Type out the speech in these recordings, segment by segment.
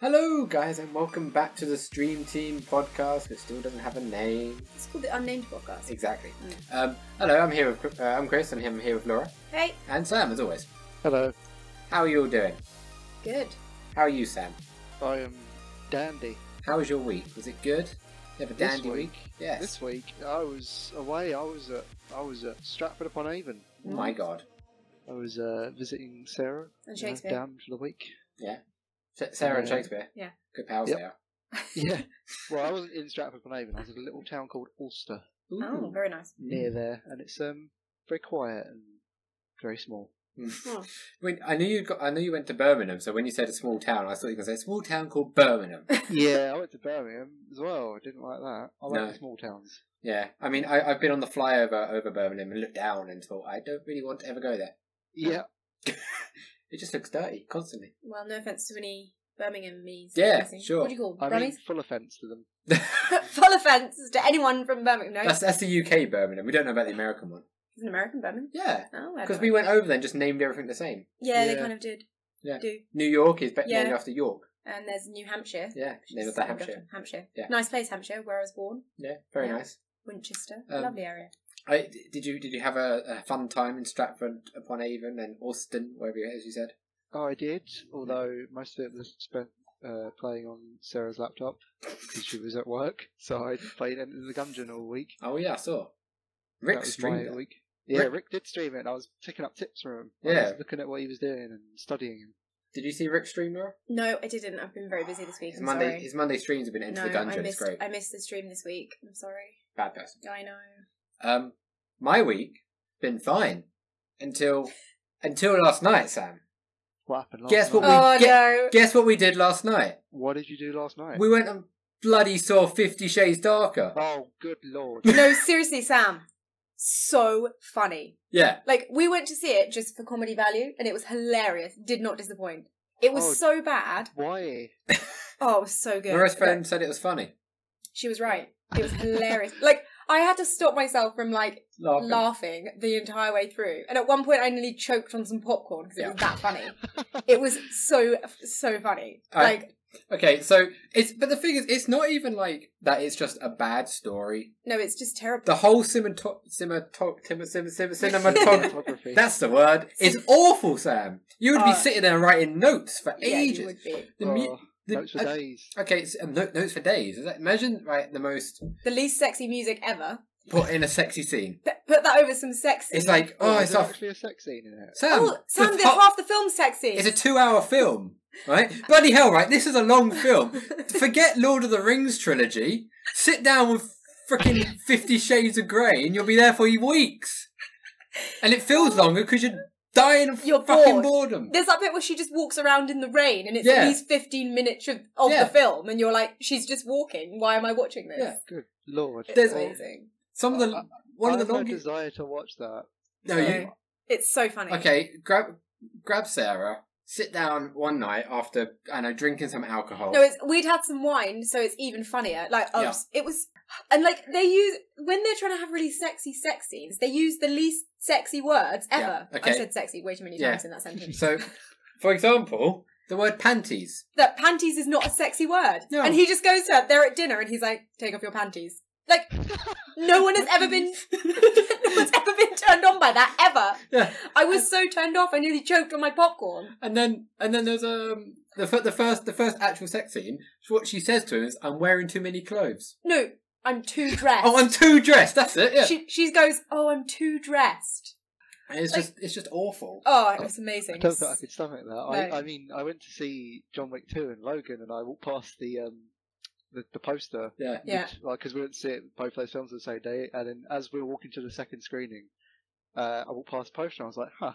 Hello, guys, and welcome back to the Stream Team podcast, which still doesn't have a name. It's called the Unnamed Podcast. Exactly. Mm. Um, hello, I'm here with uh, I'm Chris, and I'm here with Laura Hey, and Sam, as always. Hello, How are you all doing? good. How are you, Sam? I am Dandy. How was your week? Was it good? Did you have a This dandy week? week? Yes. This week I was away. I was at I was at Stratford upon Avon. Oh My God. I was uh, visiting Sarah And uh, Shakespeare. down for the week. Sa- Sarah and Yeah. Shakespeare. Yeah. Good pals Yep. they are. Yeah. well, I wasn't in Stratford upon Avon. I was in a little town called Ulster Oh, very nice. near Mm. there, and it's um very quiet and very small. Mm. Wait, I knew you got. I knew you went to Birmingham. So when you said a small town, I thought you were going to say a small town called Birmingham. yeah, I went to Birmingham as well. I didn't like that. I like No. the small towns. yeah, I mean, I, I've been on the flyover over Birmingham and looked down and thought, I don't really want to ever go there. Yeah. It just looks dirty constantly. Well, no offense to any Birmingham me's. Yeah, listening. sure. What do you call I them? mean, Brummies? full offence to them. Full offense to anyone from Birmingham. No, that's that's the UK Birmingham. We don't know about the American one. he's an American Birmingham. Yeah, Oh, I don't because know. we went over there and just named everything the same. Yeah, they Yeah. kind of did. Yeah. Do. New York is ba- named Yeah. after York. And there's New Hampshire. Yeah, which named is after named after Hampshire. Hampshire. Yeah. Nice place, Hampshire, where I was born. Yeah, very Yeah. nice. Winchester. Um, Lovely area. I, did you did you have a, a fun time in Stratford upon Avon and Austin, wherever you, as you said? Oh, I did, although most of it was spent uh, playing on Sarah's laptop because she was at work. So I played Enter the Gungeon all week. Oh yeah, I saw. That Rick was streamed my that. week. Yeah, Rick- Rick... did stream it. and I was picking up tips from him. I was Yeah. looking at what he was doing and studying him. Did you see Rick stream Laura? No, I didn't. I've been very busy this week. His I'm Monday sorry. his Monday streams have been into no, the I dungeon. It's missed, great. I missed the stream this week. I'm sorry. Bad person. I know. Um, my week been fine until until last night, Sam. What happened last Guess what night? we- oh, get- no. Guess what we did last night? What did you do last night? We went and bloody saw Fifty Shades Darker. Oh, good lord. no, seriously, Sam. So funny. Yeah, Like, we went to see it just for comedy value, and it was hilarious. Did not disappoint. It was Oh. so bad. Why? Oh, it was so good. Laura's Like, friend said it was funny. She was right. It was hilarious. like, I had to stop myself from, like, Laughing. laughing the entire way through. And at one point, I nearly choked on some popcorn because Yeah. it was that funny. it was so, so funny. I- like, Okay, so it's but the thing is, it's not even like that. It's just a bad story. no, it's just terrible. The whole cinematog cinematog cinem- cinem- cinematog. Cinematography. That's the word. It's awful, Sam. You would be Uh, sitting there writing notes for yeah, you ages. would be. The oh, mu- the- notes for uh, days. Okay, so, um, no- notes for days. Is that, imagine right the most The least sexy music ever. put in a sexy scene. P- put that over some sexy. It's like oh, is it's there off. actually a sex scene in it? Sam, oh, Sam, the did top- half the film sexy. It's a two-hour film, right? Bloody hell, right? This is a long film. Forget Lord of the Rings trilogy. Sit down with freaking Fifty Shades of Grey, and you'll be there for weeks. And it feels longer because you're dying of You're fucking bored. boredom. There's that bit where she just walks around in the rain, and it's Yeah. at least 15 minutes of, of Yeah. the film, and you're like, she's just walking. Why am I watching this? Yeah. Good lord. It's There's- amazing. Some of the I- I- one I of the have no longest. desire to watch that. No, So, you It's so funny. okay? Grab grab Sarah. Sit down one night after I know drinking some alcohol. No, it's we'd had some wine, so it's even funnier. Like, oh, Yeah. s- it was, and like they use when they're trying to have really sexy sex scenes, they use the least sexy words Yeah, ever. okay. I said sexy way too many Yeah. times in that sentence. so, for example, the word panties. that panties is not a sexy word. No. And he just goes to her, they're at dinner, and he's like, take off your panties. Like, no one has ever been, no one's ever been turned on by that, ever. Yeah. I was so turned off, I nearly choked on my popcorn. And then, and then there's um the fir- the first the first actual sex scene. What she says to him is, "I'm wearing too many clothes." No, I'm too dressed. Oh, I'm too dressed. That's it. Yeah, she, she goes, oh, I'm too dressed. and it's like- just it's just awful. Oh, it was amazing. I don't think I could stomach that. No. I, I mean, I went to see John Wick 2 and Logan, and I walked past the um, the, the poster. Yeah. Yeah. Like, because we went to see it, both those films on the same day, and then as we were walking to the second screening, uh, I walked past the poster, and I was like, huh.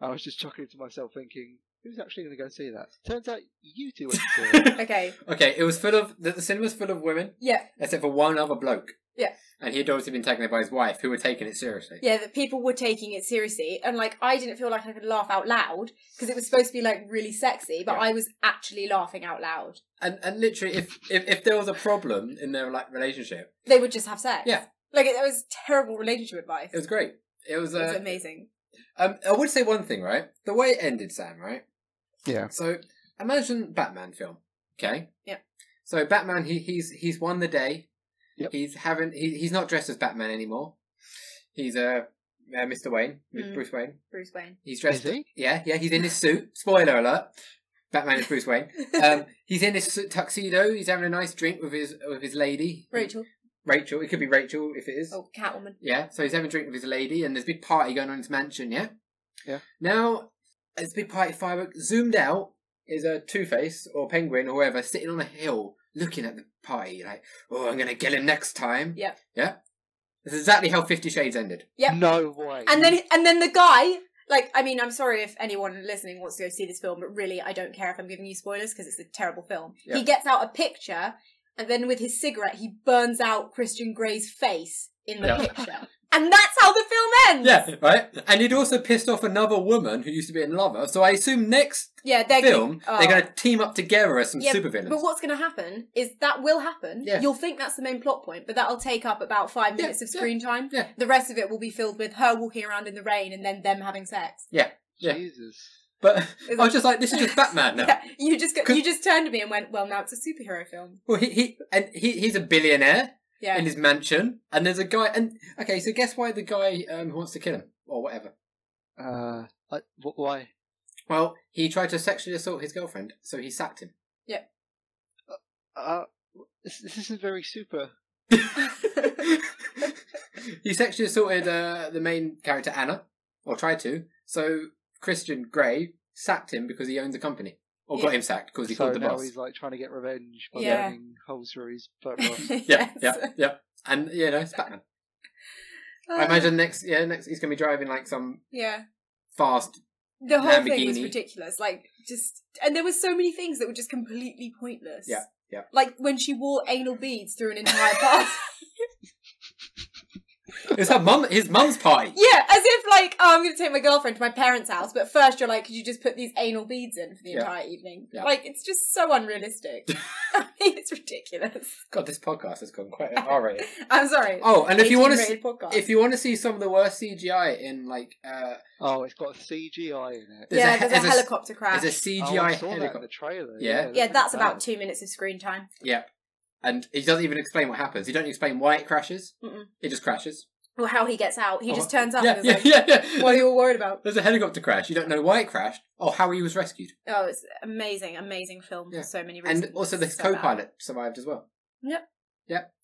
I was just chuckling to myself, thinking, who's actually going to go see that? Turns out you two went to see it. Okay, okay, it was full of the, the cinema's full of women, yeah, except for one other bloke. Yeah. and he'd obviously been taken there by his wife, who were taking it seriously. yeah, that people were taking it seriously, and like I didn't feel like I could laugh out loud because it was supposed to be like really sexy, but Yeah. I was actually laughing out loud. And and literally, if, if if there was a problem in their like relationship, They would just have sex. Yeah. Like it, it was terrible relationship advice. it was great. It was. Uh, It's amazing. um, I would say one thing, right? The way it ended, Sam. Right. Yeah. So imagine Batman film. Okay. Yeah. So Batman, he he's he's won the day. Yep. He's having he, he's not dressed as Batman anymore. He's uh, uh Mr. Wayne, Mm. Bruce Wayne. Bruce Wayne. He's Is dressed. he? Yeah, yeah. He's in his suit. Spoiler alert. Batman is Bruce Wayne. Um, he's in his su- tuxedo. He's having a nice drink with his with his lady, Rachel. Rachel. It could be Rachel if it is. Oh, Catwoman. Yeah, so he's having a drink with his lady, and there's a big party going on in his mansion, yeah? Yeah. Now, there's a big party firework. Zoomed out is a Two Face or Penguin or whoever sitting on a hill looking at the party, like, oh, I'm going to get him next time. Yeah. Yeah? That's exactly how Fifty Shades ended. Yep. No way. And then and then the guy, like, I mean, I'm sorry if anyone listening wants to go see this film, but really, I don't care if I'm giving you spoilers because it's a terrible film. Yeah. He gets out a picture, and then with his cigarette, he burns out Christian Grey's face in the Yeah. picture, and that's how the film ends. Yeah, right? And he'd also pissed off another woman who used to be in love with, so I assume next yeah. They're film, oh. they're going to team up together as some Yeah, supervillains. But what's going to happen is that will happen. Yeah. You'll think that's the main plot point, but that'll take up about five Yeah, minutes of yeah, screen time. yeah. The rest of it will be filled with her walking around in the rain and then them having sex. yeah. Jesus. But I It's was just like, this is just Batman now. Yeah, you just got, Could- you just turned to me and went, "Well, now it's a superhero film." Well, he, he, and he, he's a billionaire. Yeah, in his mansion, and there's a guy. And okay, so guess why the guy um, who wants to kill him or whatever. Uh, I, wh- why? Well, he tried to sexually assault his girlfriend, so he sacked him. Uh, this, this isn't very super. he sexually assaulted uh, the main character Anna, or tried to. So Christian Grey sacked him because he owned the company, or got Yeah. him sacked because he so called the now boss. he's like trying to get revenge by Yeah. burning holes through his photographs. Yeah, yeah, Yes. yeah. And you know, it's Batman. I imagine next, yeah, next he's gonna be driving like some Oh, Yeah, fast. the whole thing was Lamborghini. ridiculous. Like, just and there were so many things that were just completely pointless. Yeah, yeah. Like when she wore anal beads through an entire party. It's her mum, his mum's party. yeah, as if like, oh, I'm going to take my girlfriend to my parents' house, but first you're like, could you just put these anal beads in for the Yeah. entire evening? Yeah. Like, it's just so unrealistic. I mean, it's ridiculous. God, this podcast has gone quite R-rated. I'm sorry. Oh, and if you want to, 18 rated podcast. If you want to see some of the worst CGI in like uh oh, it's got CGI in it. there's yeah, a- there's, there's a a- helicopter crash. there's a CGI oh, I saw that in the helicopter trailer. Yeah. it Yeah, looked that's bad. uh, about two minutes of screen time. and he doesn't even explain what happens. He don't explain why it crashes. Mm-mm. It just crashes. Or how he gets out. He Oh, just turns up yeah, and is yeah, yeah, like, yeah. what are you all worried about? There's a helicopter crash. You don't know why it crashed or how he was rescued. Oh, it's amazing, amazing film Yeah. for so many reasons. And also this So bad. co-pilot survived as well. It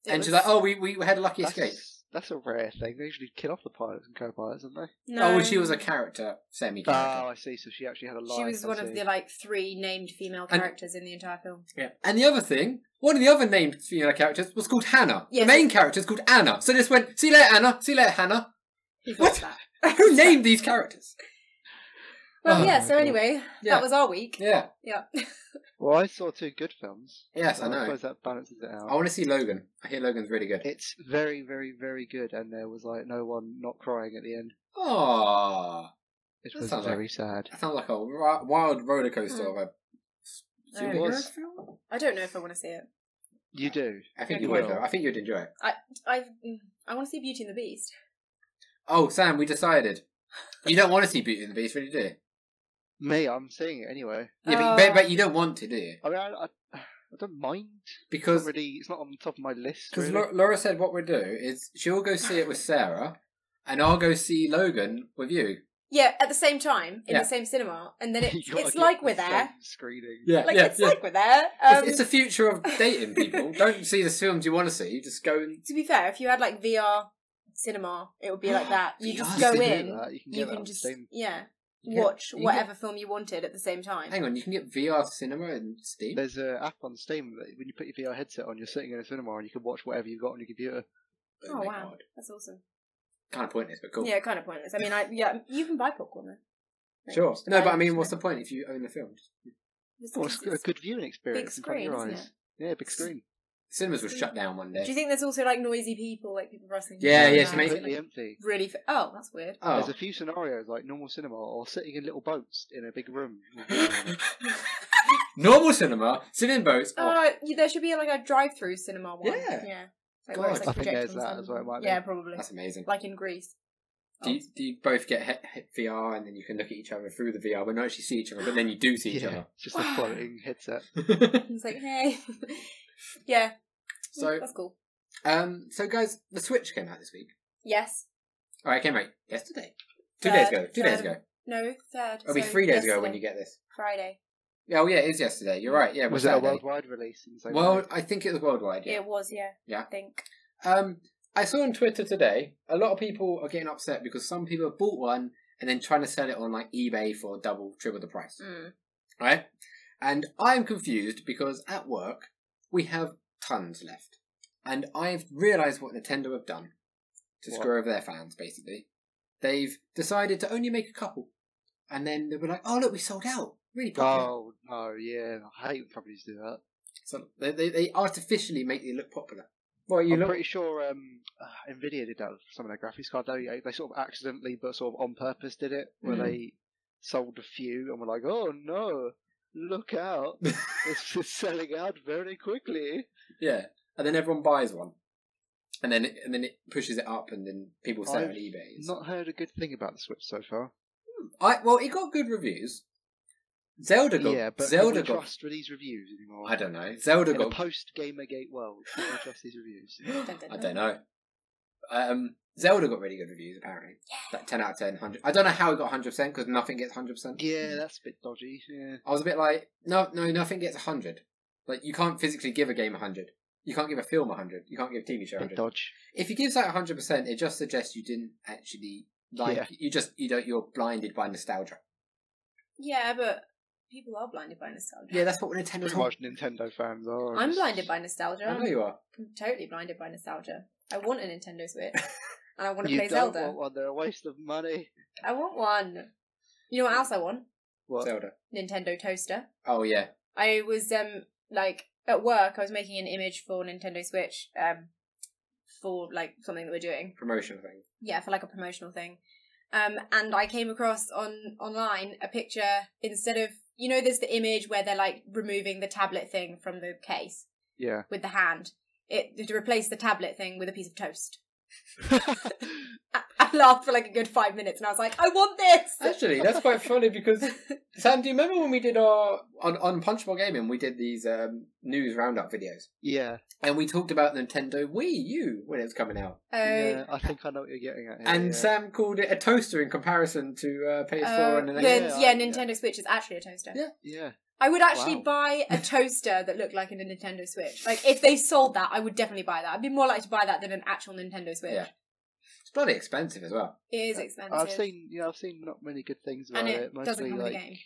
and was- she's like, "Oh, we we had a lucky That's, escape." that's a rare thing. They usually kill off the pilots and co-pilots, don't they? no. Oh, and she was a character, semi Oh, character. I see. So she actually had a life. She was I one of see. the like three named female And- characters in the entire film. yeah. And the other thing, one of the other named female characters was called Hannah. Yes. The main character is called Anna. So this went, "See you later, Anna. See you later, Hannah." Who What? thought that? Who named these characters? Well, Oh, yeah. my So God. anyway, Yeah. that was our week. Yeah. Yeah. Well, I saw two good films. Yes, I so know. suppose that balances it out. I want to see Logan. I hear Logan's really good. It's very, very, very good, and there was like no one not crying at the end. Oh, It That was sounds very sad. that sounds like a ri- wild roller coaster Hmm. of a Yeah, it superhero was. film. I don't know if I want to see it. You do. I think Okay. you would though. I think you'd enjoy it. I mm, I want to see Beauty and the Beast. Oh, Sam, we decided you don't want to see Beauty and the Beast, really, do you? Me, I'm seeing it anyway. Yeah, but, Oh. but, but you don't want to, do you? I mean, I, I, I don't mind. It's not Because really, it's not on the top of my list. because Really. Laura said what we'll do is she'll go see it with Sarah, and I'll go see Logan with you. Yeah, at the same time in Yeah. the same cinema, and then it, You gotta it's get like the we're there. same Screening. Yeah, Like yeah, it's yeah. like we're there. It's- Um, it's the future of dating, people. don't see the films you want to see. Just go and to be fair, if you had like VR cinema, it would be like that. You VR just You go can do in, That. You can get you that on can just Steam. yeah You can- watch you can- whatever film you wanted at the same time. Hang on, you can get VR cinema in Steam. There's an app on Steam that when you put your VR headset on, you're sitting in a cinema and you can watch whatever you've got on your computer. Oh, wow, that's awesome. Kind of pointless, but cool. Yeah, kind of pointless. I mean, I yeah, you can buy popcorn there. Like, Sure. just No, buy but I it, mean, just what's buy the point if you own the film? it. Well, it's a good viewing experience. in front of your screen, isn't eyes. Yeah, big screen. Cinemas will shut down one Do you day. think there's also like noisy people, like people rustling? Yeah, things yeah, around? to make- completely empty. really. F- oh, that's weird. Oh. There's a few scenarios like normal cinema or sitting in little boats in a big room. Normal cinema, sitting in boats. Oh, Uh, you- there should be like a drive-through cinema one. Yeah. yeah. Like, where it's, God. like, I think there's projected on that as well, it might be. Yeah, probably. that's Oh, amazing. Like in Greece. Do you, do you both get he- he- VR and then you can look at each other through the VR, but not actually see each other, but then you do see each Yeah, it's just a Wow. floating headset. other? It's Oh, like, hey. yeah. Mm, so, That's cool. um, so guys, the Switch came out this week. Yes. Oh, it came out yesterday. Two Third, days ago. Two days third. ago. No, third. It'll be Uh, um, so three days ago yesterday, when you get this. Friday. Yeah, Oh, yeah, it is yesterday. You're right. Yeah, it was, was it a Saturday. worldwide release? in the same Well, way? I think it was worldwide. Yeah. It was, yeah. Yeah. I think. Um, I saw on Twitter today a lot of people are getting upset because some people have bought one and then trying to sell it on like eBay for double, triple the price, Mm. right? And I'm confused because at work we have tons left, and I've realised what Nintendo have done to What? screw over their fans. Basically, they've decided to only make a couple, and then they were like, "Oh look, we sold out." Really popular. oh no, yeah, I hate when companies do that. So they, they they artificially make it look popular. Well, you I'm look pretty sure um, uh, Nvidia did that with some of their graphics card. They they sort of accidentally, but sort of on purpose, did it where Mhm. they sold a few and were like, "Oh no, look out! it's it's selling out very quickly." Yeah, and then everyone buys one, and then it, and then it pushes it up, and then people sell it on I've eBay. It's- Not heard a good thing about the Switch so far. I well, it got good reviews. Zelda got yeah, but Zelda can we got. trust for these reviews anymore? I don't know. Zelda In a got. post Gamergate world, can we trust these reviews? I don't know. Um, Zelda got really good reviews apparently. Like ten out of 10, 100. I don't know how it got hundred percent because nothing gets hundred percent. Yeah, that's a bit dodgy. Yeah. I was a bit like, no, no, nothing gets hundred. Like you can't physically give a game hundred. You can't give a film hundred. You can't give a TV show Bit hundred. dodge. if you give that 100% it just suggests you didn't actually like Yeah. you just you don't you're blinded by nostalgia Yeah, but people are blinded by nostalgia. yeah that's what nintendo's Pretty much Nintendo fans are. I'm just- blinded by nostalgia. i know you are I'm totally blinded by nostalgia. I want a Nintendo Switch. and I want to You play don't Zelda. want one, they're a waste of money. I want one. You know what else I want? What? zelda Nintendo Toaster. oh yeah I was um like at work I was making an image for Nintendo Switch um for like something that we're doing. promotional thing Yeah, for like a promotional thing. Um and I came across on online a picture instead of you know there's the image where they're like removing the tablet thing from the case yeah. with the hand. It to replace the tablet thing with a piece of toast. I, I laughed for like a good five minutes and I was like, I want this actually that's quite funny because sam do you remember when we did our on, on punchable gaming we did these um, news roundup videos yeah. and we talked about nintendo wii u when it was coming out Oh yeah. I think I know what you're getting at. Here, and Oh, yeah. sam called it a toaster in comparison to uh, ps4 uh, and an then- Xbox. Xbox. yeah, Yeah, I- Nintendo Switch is actually a toaster. Yeah. Yeah. I would actually Wow. buy a toaster that looked like a Nintendo Switch. Like if they sold that, I would definitely buy that. I'd be more likely to buy that than an actual Nintendo Switch. Yeah. it's bloody expensive as well It is Uh, expensive. I've seen. Yeah, I've seen not many good things about and it. it, doesn't Mostly come like with a game.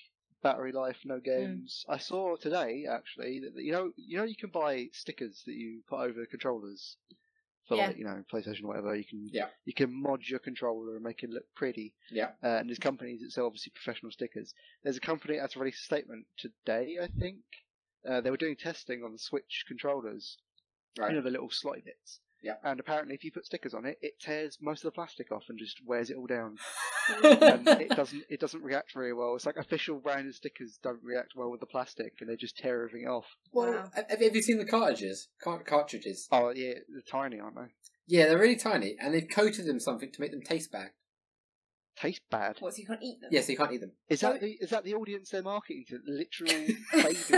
battery life, Hmm. no games. I saw today actually that that- you know you know you can buy stickers that you put over the controllers. For Yeah. like, you know, PlayStation or whatever, you can Yeah. you can mod your controller and make it look pretty. Yeah. Uh, and there's companies that sell obviously professional stickers. There's a company that's released a statement today, I think. Uh, they were doing testing on the Switch controllers. right you know the little slotty bits. Yeah. And apparently, if you put stickers on it, it tears most of the plastic off and just wears it all down. and it doesn't. It doesn't react very well. It's like official branded stickers don't react well with the plastic, and they just tear everything off. Well, Wow. have, have you seen the cartridges? Car- cartridges. Oh yeah, they're tiny, aren't they? Yeah, they're really tiny, and they've coated them something to make them taste bad. Taste bad. What, so you can't eat them? Yeah, so you can't eat them. Is that the is that the audience they're marketing to? Literal babies.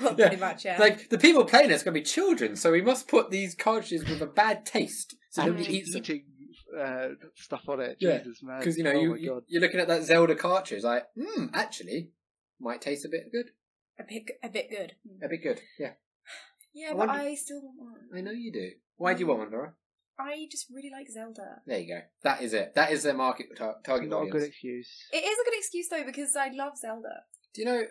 Well, Yeah. pretty much, yeah. Like the people playing it's going to be children, so we must put these cartridges with a bad taste so and nobody Somebody eats them. eating uh, stuff on it. Yeah, Jesus man. Because you know oh you, my god. you you're looking at that Zelda cartridge, like, hmm, actually, might taste a bit good, a bit a bit good. a bit good. Yeah, Yeah, I but wonder- I still want one. I know you do. Why do you want one, Laura? I just really like Zelda. There you go. That is it. That is their market tar- target Not a audience. good excuse. It is a good excuse though because I love Zelda. Do you know?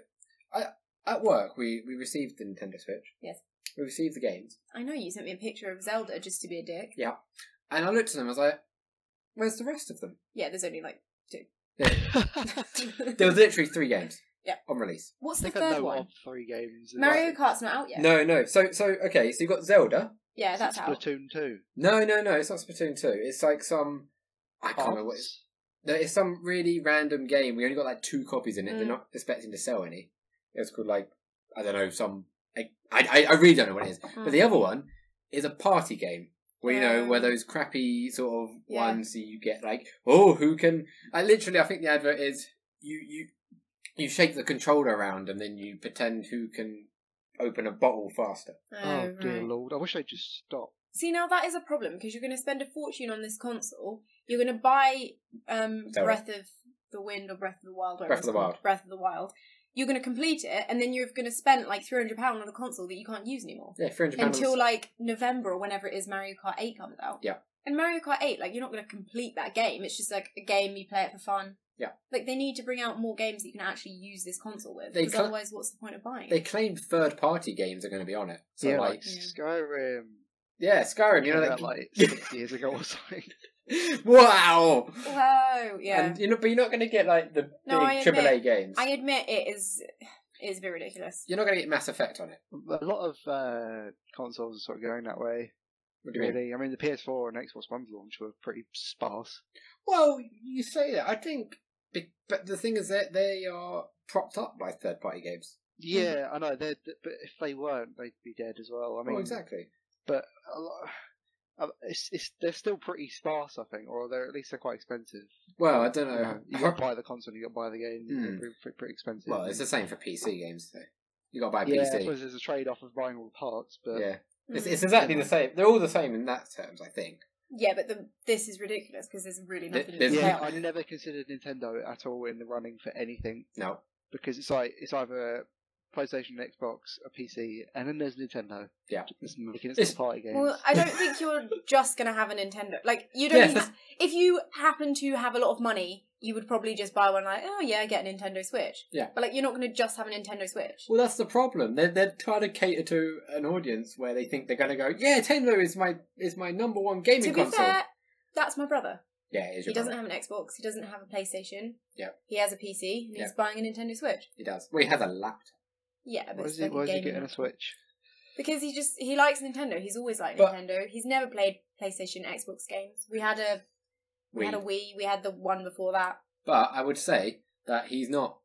I at work we we received the Nintendo Switch. Yes. we received the games. I know you sent me a picture of Zelda just to be a dick. Yeah. And I looked at them, I was like, where's the rest of them? Yeah, there's only like two. There was literally three games. Yeah. On release. What's the They got third no one? of three games. Mario Like, Kart's not out yet. No, no. So, so okay, so you've got Zelda. Yeah, is it that's out. Splatoon two. No, no, no, it's not Splatoon 2. It's like some. I can't remember what it's. Arms? No, it's some really random game. We only got like two copies in it. They're Mm. not expecting to sell any. It was called like, Hmm. Mm. I don't know, some. I, I, I really don't know what it is. But the other one is a party game Well, you know, where Um, those crappy sort of yeah. ones that you get, like, oh, who can? I literally, I think the advert is you you you shake the controller around and then you pretend who can open a bottle faster. Oh, oh dear right. lord! I wish they'd just stop. See, now that is a problem because you're going to spend a fortune on this console. You're going to buy um, Zelda. Breath of the Wind or Breath of the Wild. whatever Breath it's of the called. Wild. Breath of the Wild. You're going to complete it, and then you're going to spend like three hundred pound on a console that you can't use anymore Yeah, three hundred until like November or whenever it is Mario Kart Eight comes out. Yeah. And Mario Kart Eight, like you're not going to complete that game. It's just like a game you play it for fun. Yeah. Like they need to bring out more games that you can actually use this console with. They Because cl- otherwise, what's the point of buying? they it? claim third party games are going to be on it. So yeah, like, like Yeah. Skyrim. yeah, Skyrim, you know, came that out, like six years ago or something. wow. Wow. Yeah. And you know, but you're not going to get like the No, I big admit- AAA games. I admit it is it is a bit ridiculous. You're not going to get Mass Effect on it. A lot of uh, consoles are sort of going that way. What do you mean? Really, I mean the PS4 and Xbox One's launch were pretty sparse. Well, you say that. I think, be- but the thing is that they are propped up by third-party games. Yeah, I know. They're, th- but if they weren't, they'd be dead as well. I mean, oh, exactly. But a lot, uh, it's, it's they're still pretty sparse, I think, or they're at least they're quite expensive. Well, I don't You know, know. you got to buy the console, you got to buy the game. Oh, Hmm. They're pretty, pretty, pretty expensive. well, it's the same for PC games. Though. You got to buy a yeah, I PC. suppose there's a trade-off of buying all the parts, but Yeah, it's, Mm. it's exactly the same. They're all the same in that terms, I think. yeah, but the, this is ridiculous because there's really There- nothing. there's- to play yeah, on I it. never considered Nintendo at all in the running for anything No, because it's like it's either PlayStation, Xbox, a PC, and then there's Nintendo. Yeah. it's making It's- its party games. Well, I don't think you're just gonna have a Nintendo. Like you don't. Yes, even- if you happen to have a lot of money, you would probably just buy one. Like, oh yeah, get a Nintendo Switch. Yeah. But like, you're not gonna just have a Nintendo Switch. well, that's the problem. They're they're trying to cater to an audience where they think they're going to go. Yeah, Nintendo is my is my number one gaming to be console. fair, that's my brother. yeah, it is He your doesn't brother. have an Xbox. He doesn't have a PlayStation. Yeah. He has a PC. And Yeah. He's buying a Nintendo Switch. He does. Well, he has a laptop. Yeah, but why it's is he, like a why is he gaming getting a laptop. Switch? Because he just he likes Nintendo. He's always liked But- Nintendo. He's never played PlayStation, Xbox games. We had a we had a Wii. Wii. We had the one before that. But I would say that he's not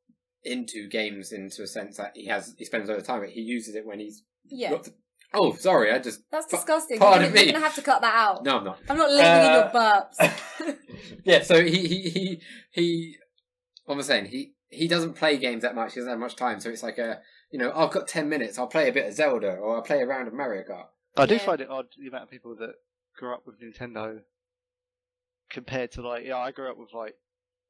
into games into a sense that he has he spends a lot of time. But he uses it when he's. Yeah, got the- oh, sorry, I just that's pa- disgusting. pardon you're, gonna- you're me. gonna have to cut that out. no, I'm not. I'm not leaving in your Uh, burps. yeah, so he he he he. What am I saying? He he doesn't play games that much. He doesn't have much time, so it's like a you know I've got ten minutes. I'll play a bit of Zelda or I'll play a round of Mario Kart. I do Yeah. find it odd the amount of people that grew up with Nintendo compared to like yeah, I grew up with like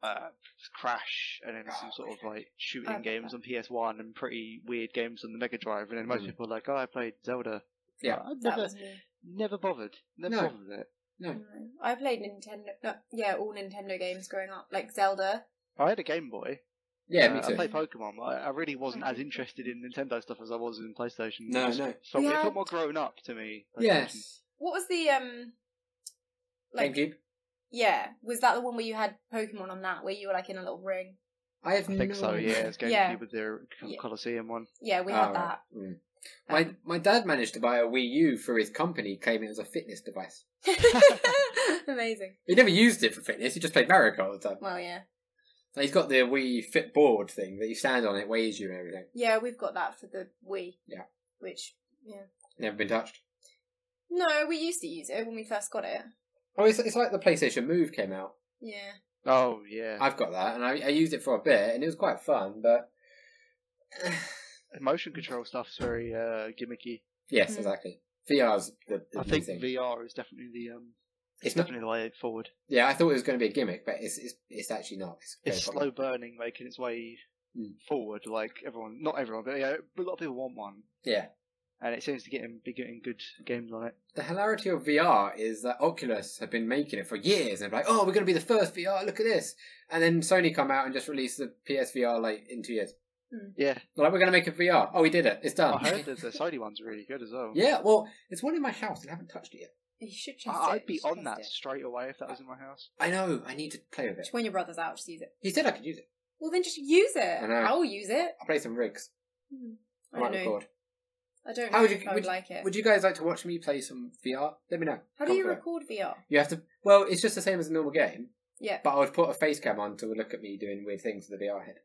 uh, Crash and then some sort of like shooting Oh, games on PS One and pretty weird games on the Mega Drive, and then most Mm. people are like, oh, I played Zelda. Yeah. I that never, was me. never bothered, never No. bothered with it. No, No, I played Nintendo. No, yeah, all Nintendo games growing up, like Zelda. I had a Game Boy. yeah, Uh, me I too. played Pokemon. I, I really wasn't as interested in Nintendo stuff as I was in PlayStation. No, It just no. Felt, We It had- felt more grown up to me. PlayStation. Yes, What was the um? Like GameCube. yeah, was that the one where you had Pokemon on that, where you were like in a little ring? I have I think no so. Yeah, it's GameCube Yeah. with the Yeah. Colosseum one. Yeah, we Oh, had right. that. Mm. My my dad managed to buy a Wii U for his company, claiming it was a fitness device. Amazing. He never used it for fitness. He just played Mario Kart all the time. Well, yeah. And he's got the Wii Fit board thing that you stand on. It weighs you and everything. Yeah, we've got that for the Wii. Yeah. Which, yeah. Never been touched. No, we used to use it when we first got it. Oh, it's, it's like the PlayStation Move came out. Yeah. Oh yeah. I've got that, and I, I used it for a bit, and it was quite fun. But motion control stuff's very uh, gimmicky. yes, Mm. exactly. VR's the, the I new think thing. VR is definitely the um, it's not. definitely the way forward. Yeah, I thought it was going to be a gimmick, but it's it's, it's actually not. It's, very It's popular. slow burning, making its way Mm. forward. Like everyone, not everyone, but yeah, a lot of people want one, Yeah, and it seems to get him be getting good games on it. the hilarity of VR is that Oculus have been making it for years, and like, oh, we're going to be the first VR. Look at this, and then Sony come out and just release the PSVR like in two years. Yeah, They're like, we're going to make a VR. Oh, we did it. It's I done. heard that the Sony one's really good as well. yeah, well, it's one in my house, and I haven't touched it yet. You should test I- it. I'd You be should on that test straight away if that was in my house. I know. I need to play with it. it. Just When your brother's out, just use it. He said I could use it. Well, then just use it. I know. I'll use it. I'll play some rigs. I I don't might know. record. I don't know How would you- if I would would you- like it. Would you guys like to watch me play some VR? Let me know. How do you Comment below. record VR? You have to. Well, it's just the same as a normal game, Yeah. but I would put a face cam on to look at me doing weird things with the VR head.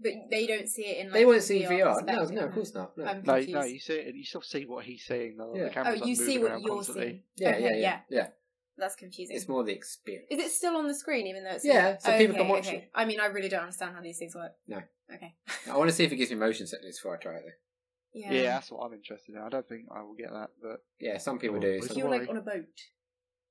But they don't see it in like They won't the see VR. No, perspective, no, of course not. No. I'm No, no, confused. you see it, and you still see what he's seeing. Though. Yeah. The Oh, camera's like, you moving see what around you're constantly. seeing. Yeah, okay, yeah, yeah, yeah, That's confusing. It's more the experience. Is it still on the screen, even though it's Yeah, so people can watch it. I mean, I really don't understand how these things work. No. Okay. I want to see if it gives me motion sickness before I try it. Though. Yeah. Yeah. that's what I'm interested in. I don't think I will get that, but Yeah, some people Oh, do. it's Some... If you're like worry. on a boat,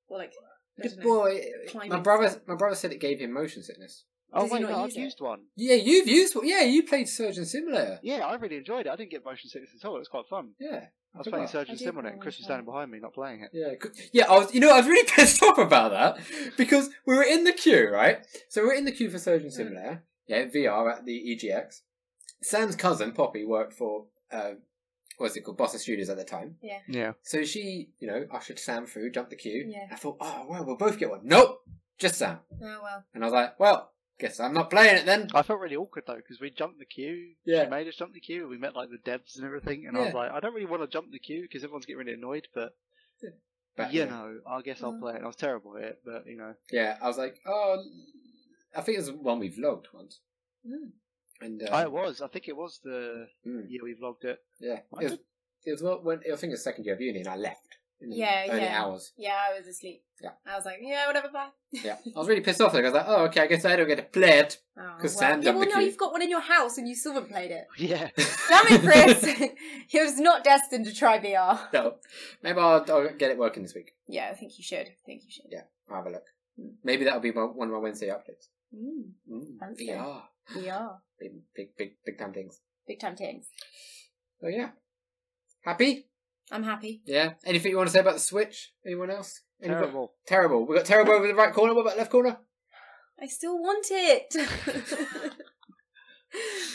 or like, I Good don't know. boy. My climbing brother, stuff. my brother said it gave him motion sickness. oh Does he wait, not no, use I've it? used one. Yeah, you've used. Yeah, you played Surgeon Simulator. Yeah, I really enjoyed it. I didn't get motion sickness at all. It was quite fun. Yeah, I was playing forgot. Surgeon I did Simulator, and play Chris one. was standing behind me, not playing it. Yeah, c- yeah. I was, you know, I was really pissed off about that because we were in the queue, right? So we we're in the queue for Surgeon Simulator, yeah, VR at the EGX. Sam's cousin Poppy worked for uh, what's it called, Boston Studios at the time. Yeah, So she, you know, ushered Sam through, jumped the queue. Yeah. I thought, oh well, we'll both get one. Nope, just Sam. Oh well. And I was like, well, guess I'm not playing it then. I felt really awkward though because we jumped the queue. Yeah. She made us jump the queue. We met like the devs and everything, and I was like, I don't really want to jump the queue because everyone's getting really annoyed. But But, you know, I guess I'll Mm. play it. And I was terrible at it, but you know, yeah, I was like, oh, I think it was one we vlogged once. Mm. And um, I was. I think Oh, it was the mm. year we vlogged it. Yeah, I it was, did- it was well, when I think it was second year of uni, and I left. In the Yeah, early yeah. hours. Yeah, I was asleep. Yeah. I was like, yeah, whatever, bye. Oh, Yeah, I was really pissed off. Like, I was like, "Oh, okay, I guess I don't get to play it." Oh, 'Cause Sam yeah, jumped well, the no, queue. you've got one in your house and you still haven't played it. Yeah, Damn it, Chris! he was not destined to try VR. no, maybe I'll, I'll get it working this week. Yeah, I think you should. I think you should. I'll have a look. Hmm. Maybe that'll be my, one of my Wednesday updates. Mm, Mm, Fancy. yeah, VR. big, big, big, big time things. Big time things. So yeah, happy. I'm happy. Yeah. Anything you want to say about the Switch? Anyone else? Anyone? terrible. Terrible. We got terrible over the right corner. What about left corner? I still want it!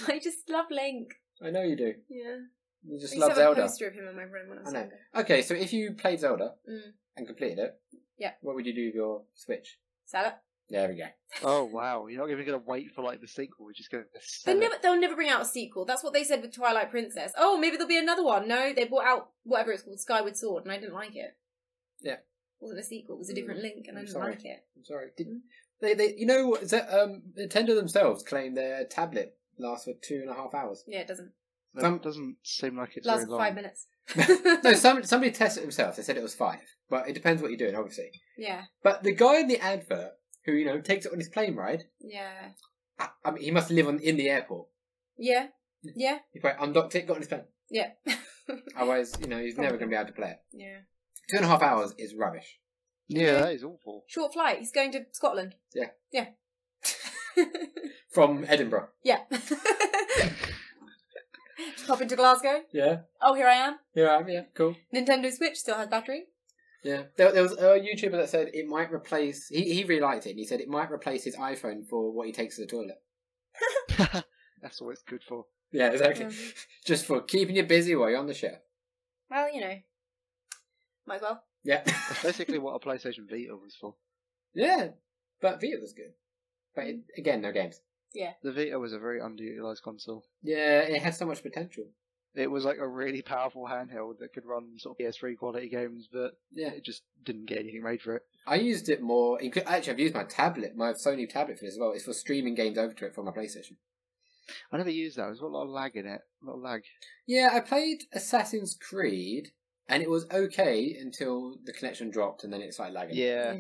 I just love Link. I know you do. Yeah. You just I used to love have a Zelda. poster of him in my room when I was I know. younger. Okay, so if you played Zelda Mm. and completed it, Yeah. what would you do with your Switch? Sell it. There we go. Oh wow, you're not even gonna wait for like the sequel. We're just gonna. They sell it. never, they'll never bring out a sequel. That's what they said with Twilight Princess. Oh, maybe there'll be another one. No, they brought out whatever it's called, Skyward Sword, and I didn't like it. Yeah. Mm. wasn't a sequel. It was a different Link, and I I'm didn't sorry. like it. I'm sorry. Did, Mm. they, they, you know, what, is that, um, Nintendo themselves claim their tablet lasts for two and a half hours. Yeah, it doesn't. That Some- doesn't seem like it's Last very long. five minutes. No, some, somebody tested it themselves. They said it was five, but it depends what you're doing, obviously. yeah, But the guy in the advert who you know takes it on his plane ride, yeah, I, I mean, he must live on in the airport. yeah, yeah, He probably undocked it, got on his plane. yeah. Otherwise, you know, he's never going to be able to play it. yeah. Two and a half hours is rubbish. Yeah, that is awful. Short flight. He's going to Scotland. Yeah. Yeah. From Edinburgh. yeah. Pop into Glasgow. Yeah. Oh, here I am. Yeah. Yeah. Cool. Nintendo Switch still has battery. Yeah, there, there was a YouTuber that said it might replace. He, he really liked it, and he said it might replace his iPhone for what he takes to the toilet. That's all it's good for. Yeah, exactly. Mhm. Just for keeping you busy while you're on the show. Well, you know, might as well. Yeah, That's basically what a PlayStation Vita was for. yeah. But Vita was good. But it, again, no games. The Vita was a very underutilized console. Yeah, it has so much potential. It was like a really powerful handheld that could run sort of PS3 quality games, but Yeah, it just didn't get anything made for it. I used it more. inclu- Actually, I've used my tablet, my Sony tablet for this as well. It's for streaming games over to it from my PlayStation. I never used that. There's a lot of lag in it. A lot of lag. Yeah, I played Assassin's Creed, and it was okay until the connection dropped, and then it started lagging. Yeah.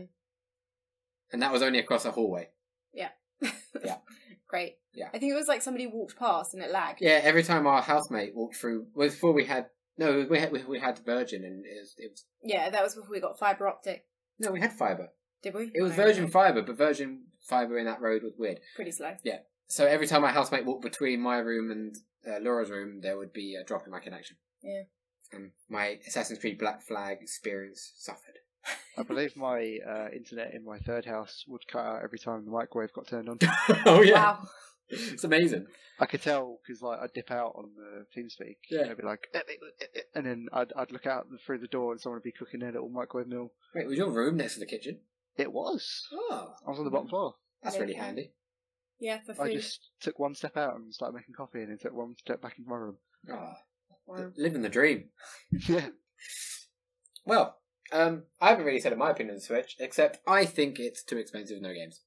and that was only across a hallway. Yeah. Great. Yeah. I think it was like somebody walked past and it lagged. Yeah, every time our housemate walked through, well, before we had no, we had we, we had Virgin, and it was, it was Yeah, that was before we got fiber optic, no, we had fiber. did we? It was I don't Virgin know. fiber, but Virgin fiber in that road was weird. Pretty slow. So every time my housemate walked between my room and uh, Laura's room, there would be a drop in my connection. Yeah. And my Assassin's Creed Black Flag experience suffered. I believe my uh, internet in my third house would cut out every time the microwave got turned on. oh Wow. it's amazing. I could tell because like I'd dip out on the TeamSpeak. Yeah. And I'd be like, "Eh, eh, eh, eh," and then I'd I'd look out through the door and someone would be cooking their little microwave meal. Wait, was your room next to the kitchen? It was. Oh, I was on the bottom floor. that's really handy. Yeah, for I food. just took one step out and started making coffee, and then took one step back into my room. Oh, Wow. living the dream. yeah. Well, um, I haven't really said my opinion on the Switch, except I think it's too expensive, no games.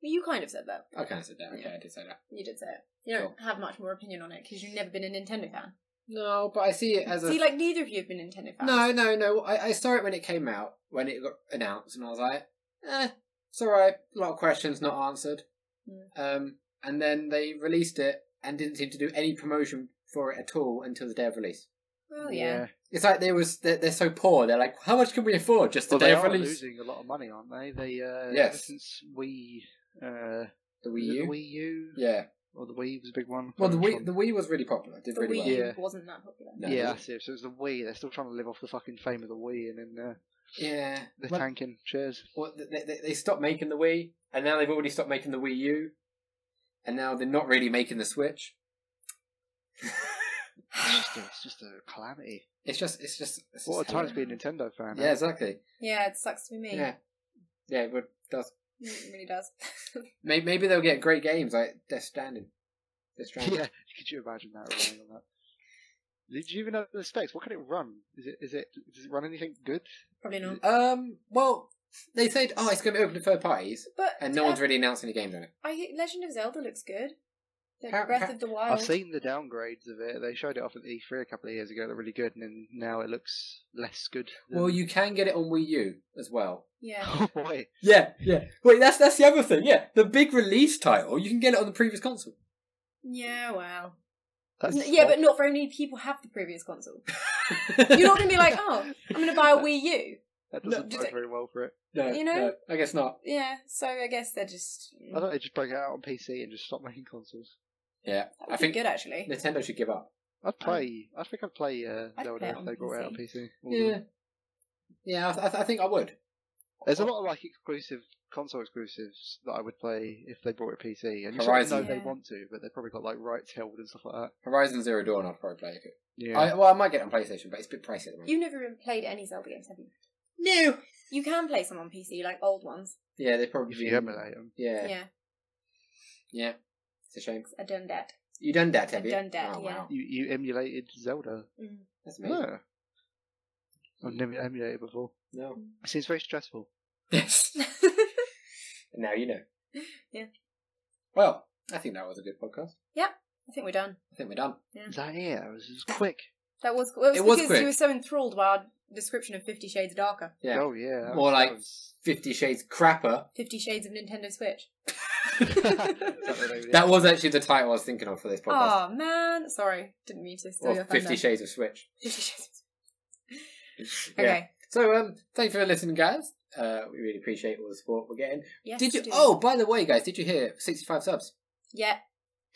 You kind of said that. I kind of said that. Okay, I did say that. You did say it. You don't have much more opinion on it because you've never been a Nintendo fan. No, but I see it as a See, like neither of you have been Nintendo fans. No, no, no. I, I saw it when it came out, when it got announced, and I was like, eh, it's alright. A lot of questions not answered. Um, and then they released it and didn't seem to do any promotion for it at all until the day of release. Well, yeah. It's like they was they're, they're so poor. They're like, how much can we afford just the Well, they day of are release? losing a lot of money, aren't they? They uh, ever Yes. since Wii, uh, The was Wii it U. the Wii U, Yeah. or the Wii was a big one. Well, the Can't remember Wii which the one. Wii was really popular. Did The really Wii well. U Yeah. wasn't that popular. No. yeah, that's it. So it was the Wii. They're still trying to live off the fucking fame of the Wii, and then uh, Yeah. they're Well, tanking. Cheers. well, they, they, they stopped making the Wii, and now they've already stopped making the Wii U, and now they're not really making the Switch. It's just a, it's just a calamity. It's just, it's just. It's What a just time to be a Nintendo fan. Yeah, eh? exactly. Yeah, it sucks to be me. Yeah, yeah, but does It really does. maybe, maybe they'll get great games like Death Stranding. Death Stranding. Yeah, could you imagine that running on that? Did you even know the specs? What can it run? Is it is it does it run anything good? Probably not. Um. Well, they said, oh, it's going to be open to third parties, But and no uh, one's really announced any games on it. I think Legend of Zelda looks good. The How- Breath how- of the Wild. I've seen the downgrades of it. They showed it off at E3 a couple of years ago. They're really good, and then now it looks less good. than- Well, you can get it on Wii U as well. Yeah. Oh boy! Yeah, yeah. Wait, that's that's the other thing. Yeah, the big release title, you can get it on the previous console. Yeah. Well. That's N- yeah, but not very many people have the previous console. You're not going to be like, oh, I'm going to buy a Wii U. that No, doesn't just- work very well for it. no, you know? no, I guess not. Yeah. So I guess they're just. I thought they just break it out on PC and just stop making consoles. Yeah, That I would be think good actually. Nintendo should give up. I'd play. I think I'd play uh, I'd Zelda play it if on they brought it out on PC. PC. Yeah, yeah. I, th- I, th- I think I would. There's a lot of like exclusive console exclusives that I would play if they brought it PC, and Horizon. you sort of know they Yeah. want to, but they've probably got like rights held and stuff like that. Horizon Zero Dawn, I'd probably play it. Yeah. I, well, I might get it on PlayStation, but it's a bit pricey at the moment. You've never even played any Zelda games, have you? No. You can play some on PC, like old ones. Yeah, they probably. if you emulate them. Yeah, Yeah. yeah, It's a shame. I done that. You done that, have I've you? done that, Oh, yeah. wow. You, you emulated Zelda. Mm. That's amazing. Yeah. I've never emulated before. No. It seems very stressful. Yes. And now you know. Yeah. Well, I think that was a good podcast. I think we're done. I think we're done. Is that it? It was just quick. That was well, it was, It was because quick. you were so enthralled by our description of Fifty Shades Darker, Yeah. Oh yeah. that More was- like that was- Fifty Shades Crapper. Fifty Shades of Nintendo Switch. Is that the name of it? That was actually the title I was thinking of for this podcast. oh man, sorry, didn't mean to steal or your Fifty thunder. Shades of Switch. 50 Shades. Yeah. Okay. So, um, thanks for listening, guys. Uh, we really appreciate all the support we're getting. Yes, did you? do. Oh, by the way, guys, did you hear? Sixty-five subs. Yeah,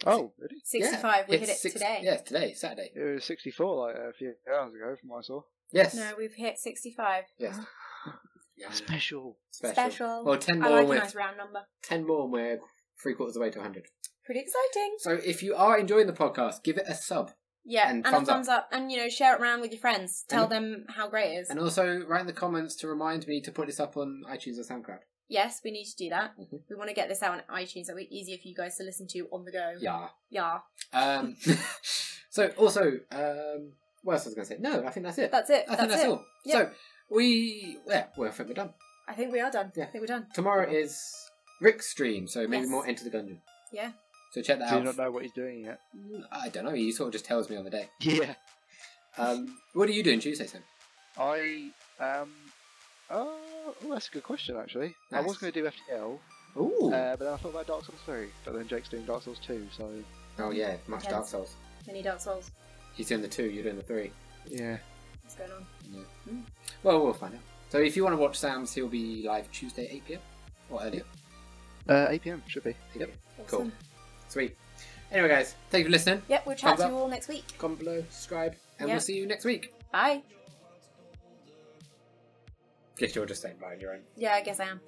Oh, really? sixty-five. we It's hit it six- today. Yes, today, Saturday. It was 64 like a few hours ago from what I saw. Yes. No, we've hit sixty-five. Yes. Yeah. Special. Special. Special. Well, ten I more, like and a we're nice round number. ten more, and we're three quarters of the way to hundred. Pretty exciting. So, if you are enjoying the podcast, give it a sub, Yeah, And and, thumbs a up. thumbs up. and you know, share it around with your friends. Tell And- them how great it is. and also write in the comments to remind me to put this up on iTunes or SoundCloud. yes, we need to do that. Mhm. We want to get this out on iTunes. That'll be easier for you guys to listen to on the go. Yeah. yeah. Um. so, also, um, what else was I going to say? No, I think that's it. That's it. I that's think that's it. all. Yep. So, we yeah, well, I think we're done. I think we are done. Yeah. I think we're done. Tomorrow is Rick's stream, so maybe Yes. more Enter the Gungeon. Yeah. So check that Do you out. Mm. not know what he's doing yet? I don't know. He sort of just tells me on the day. Yeah. Um, what are you doing Tuesday, Sam? I um. Oh, oh, that's a good question actually. I was Nice. going to do FTL, Ooh. uh, but then I thought about Dark Souls 3. But then Jake's doing Dark Souls 2, so oh yeah, much Depends. Dark Souls. Many Dark Souls. He's doing the two. You're doing the three. yeah. What's going on? Well, we'll find out. So if you want to watch Sam's, he'll be live Tuesday 8 p.m. or earlier. Uh, 8 p.m. should be. Yep. Cool. Awesome. Sweet. Anyway, guys, thank you for listening. Yep, we'll chat Thumbs to up. you all next week. Comment below, subscribe, and Yeah. we'll see you next week. Bye. Guess you're just saying bye on your own. Yeah, I guess I am.